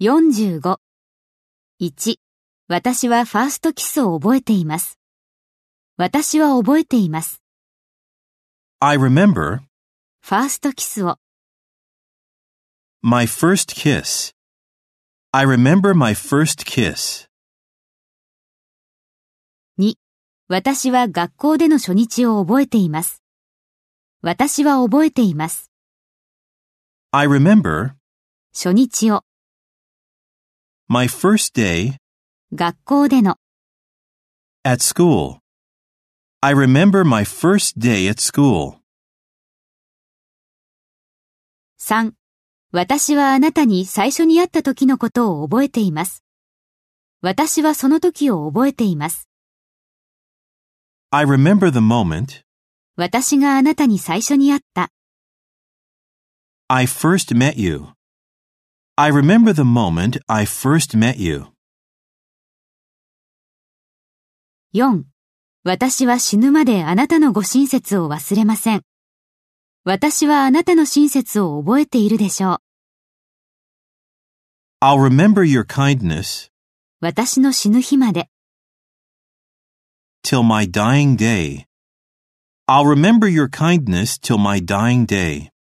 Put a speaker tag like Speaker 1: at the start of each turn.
Speaker 1: 45。1. 私はファーストキスを覚えています。私は覚えています。
Speaker 2: I remember
Speaker 1: ファーストキスを。
Speaker 2: my first kiss. I remember my first kiss.
Speaker 1: 私は学校での初日を覚えています。私は覚えています。
Speaker 2: I remember
Speaker 1: 初日を。
Speaker 2: my first day
Speaker 1: 学校での。
Speaker 2: at school. I remember my first day at school.
Speaker 1: 3. 私はあなたに最初に会った時のことを覚えています。私はその時を覚えています。
Speaker 2: I remember the moment
Speaker 1: 私があなたに最初に会った。
Speaker 2: I first met you. I remember the moment I first met you.
Speaker 1: 4. 私は死ぬまであなたのご親切を忘れません。私はあなたの親切を覚えているでしょう。
Speaker 2: I'll remember your kindness
Speaker 1: 私の死ぬ日まで。
Speaker 2: till my dying day. I'll remember your kindness till my dying day.